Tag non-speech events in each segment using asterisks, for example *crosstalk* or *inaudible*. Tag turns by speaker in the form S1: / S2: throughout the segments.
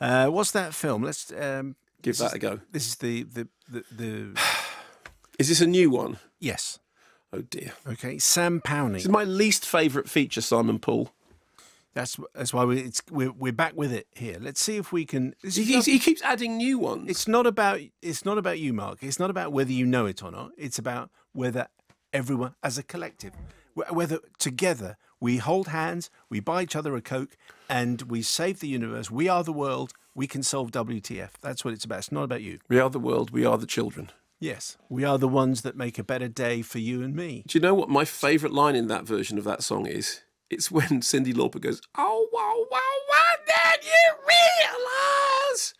S1: Uh, what's that film? Let's um,
S2: Give
S1: this
S2: that
S1: is-
S2: a go.
S1: This is the the the, the
S2: Is this a new one?
S1: *sighs* yes.
S2: Oh dear.
S1: Okay, Sam
S2: This is
S1: Powney.
S2: my least favourite feature, Simon Paul.
S1: That's that's why we it's we're, we're back with it here. Let's see if we can. This
S2: He,
S1: is
S2: he-
S1: not,
S2: he keeps adding new ones.
S1: it's not about it's not about you, Mark. It's not about whether you know it or not. It's about whether everyone, as a collective, wh- whether together we hold hands, we buy each other a coke, and we save the universe. We are the world. We can solve WTF. That's what it's about. It's not about you.
S2: we are the world, we are the children.
S1: Yes, we are the ones that make a better day for you and me.
S2: Do you know what my favourite line in that version of that song is? It's when *laughs* Cindy Lauper goes, Oh, wow, wow, why did you realise?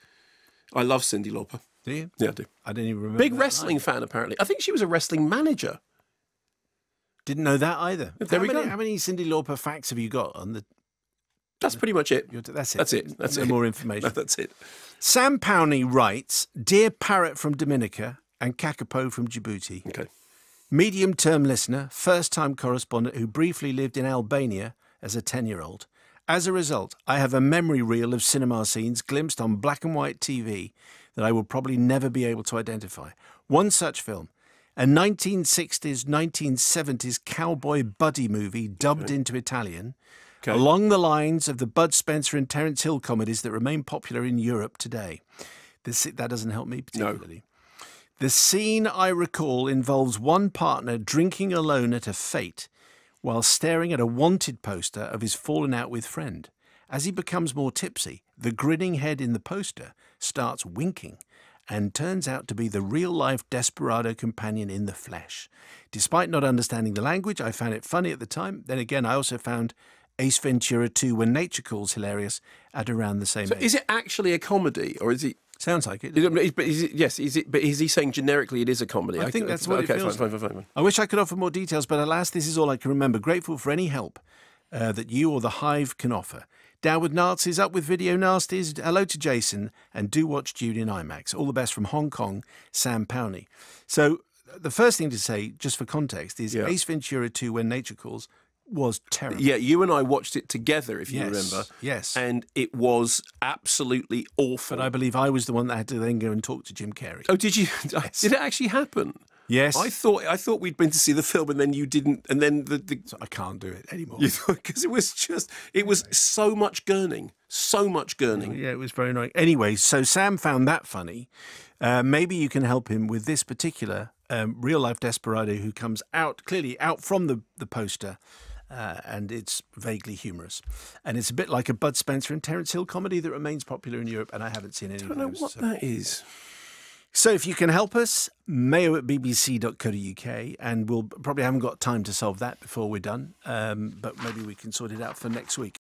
S2: I love Cindy Lauper.
S1: Do you?
S2: Yeah, I do.
S1: I didn't even remember.
S2: Big
S1: that
S2: wrestling
S1: line.
S2: fan, apparently. I think she was a wrestling manager.
S1: Didn't know that either.
S2: There
S1: how
S2: we
S1: many,
S2: go.
S1: How many Cindy Lauper facts have you got on the?
S2: That's pretty much it.
S1: Your, that's it.
S2: That's it. That's
S1: no
S2: it. *laughs*
S1: more
S2: No,
S1: information.
S2: that's it.
S1: Sam Powney writes, "Dear Parrot from Dominica and Kakapo from Djibouti,
S2: Okay.
S1: medium-term listener, first-time correspondent who briefly lived in Albania as a ten-year-old." As a result, I have a memory reel of cinema scenes glimpsed on black and white TV that I will probably never be able to identify. One such film, a 1960s, 1970s cowboy buddy movie dubbed into Italian, along the lines of the Bud Spencer and Terence Hill comedies that remain popular in Europe today. This, that doesn't help me particularly. The scene I recall involves one partner drinking alone at a fete while staring at a wanted poster of his fallen out with friend. As he becomes more tipsy, the grinning head in the poster starts winking and turns out to be the real life desperado companion in the flesh. Despite not understanding the language, I found it funny at the time. Then again, I also found Ace Ventura 2 When Nature Calls hilarious at around the same age.
S2: Is it actually a comedy, or is it?
S1: Sounds like it.
S2: is it- but is it- yes, is it? But is he saying generically it is a comedy?
S1: I think that's what it
S2: okay,
S1: feels
S2: fine, fine, fine, fine.
S1: I wish I could offer more details, but alas, this is all I can remember. Grateful for any help uh, that you or the Hive can offer. Down with Nazis, up with video nasties. Hello to Jason, and do watch Dune in IMAX. All the best from Hong Kong, Sam Powney. So, the first thing to say, just for context, is
S2: Yeah.
S1: Ace Ventura 2 When Nature Calls was terrible.
S2: Yeah, you and I watched it together, if you
S1: Yes,
S2: remember.
S1: yes.
S2: And it was absolutely awful.
S1: But I believe I was the one that had to then go and talk to Jim Carrey.
S2: oh, did you? *laughs* Did it actually happen?
S1: yes.
S2: I thought I thought we'd been to see the film, and then you didn't, and then the, the
S1: I can't do it anymore.
S2: you thought *laughs* because it was just it was so much gurning, so much gurning.
S1: Yeah, it was very annoying. Anyway, so Sam found that funny. Uh, maybe you can help him with this particular um, real life desperado who comes out clearly out from the, the poster. Uh, and it's vaguely humorous, and it's a bit like a Bud Spencer and Terence Hill comedy that remains popular in Europe, and I haven't seen any
S2: I
S1: of
S2: don't know
S1: those.
S2: what
S1: so.
S2: that is.
S1: So if you can help us, mayo at bbc.co.uk, and we'll probably haven't got time to solve that before we're done, um, but maybe we can sort it out for next week.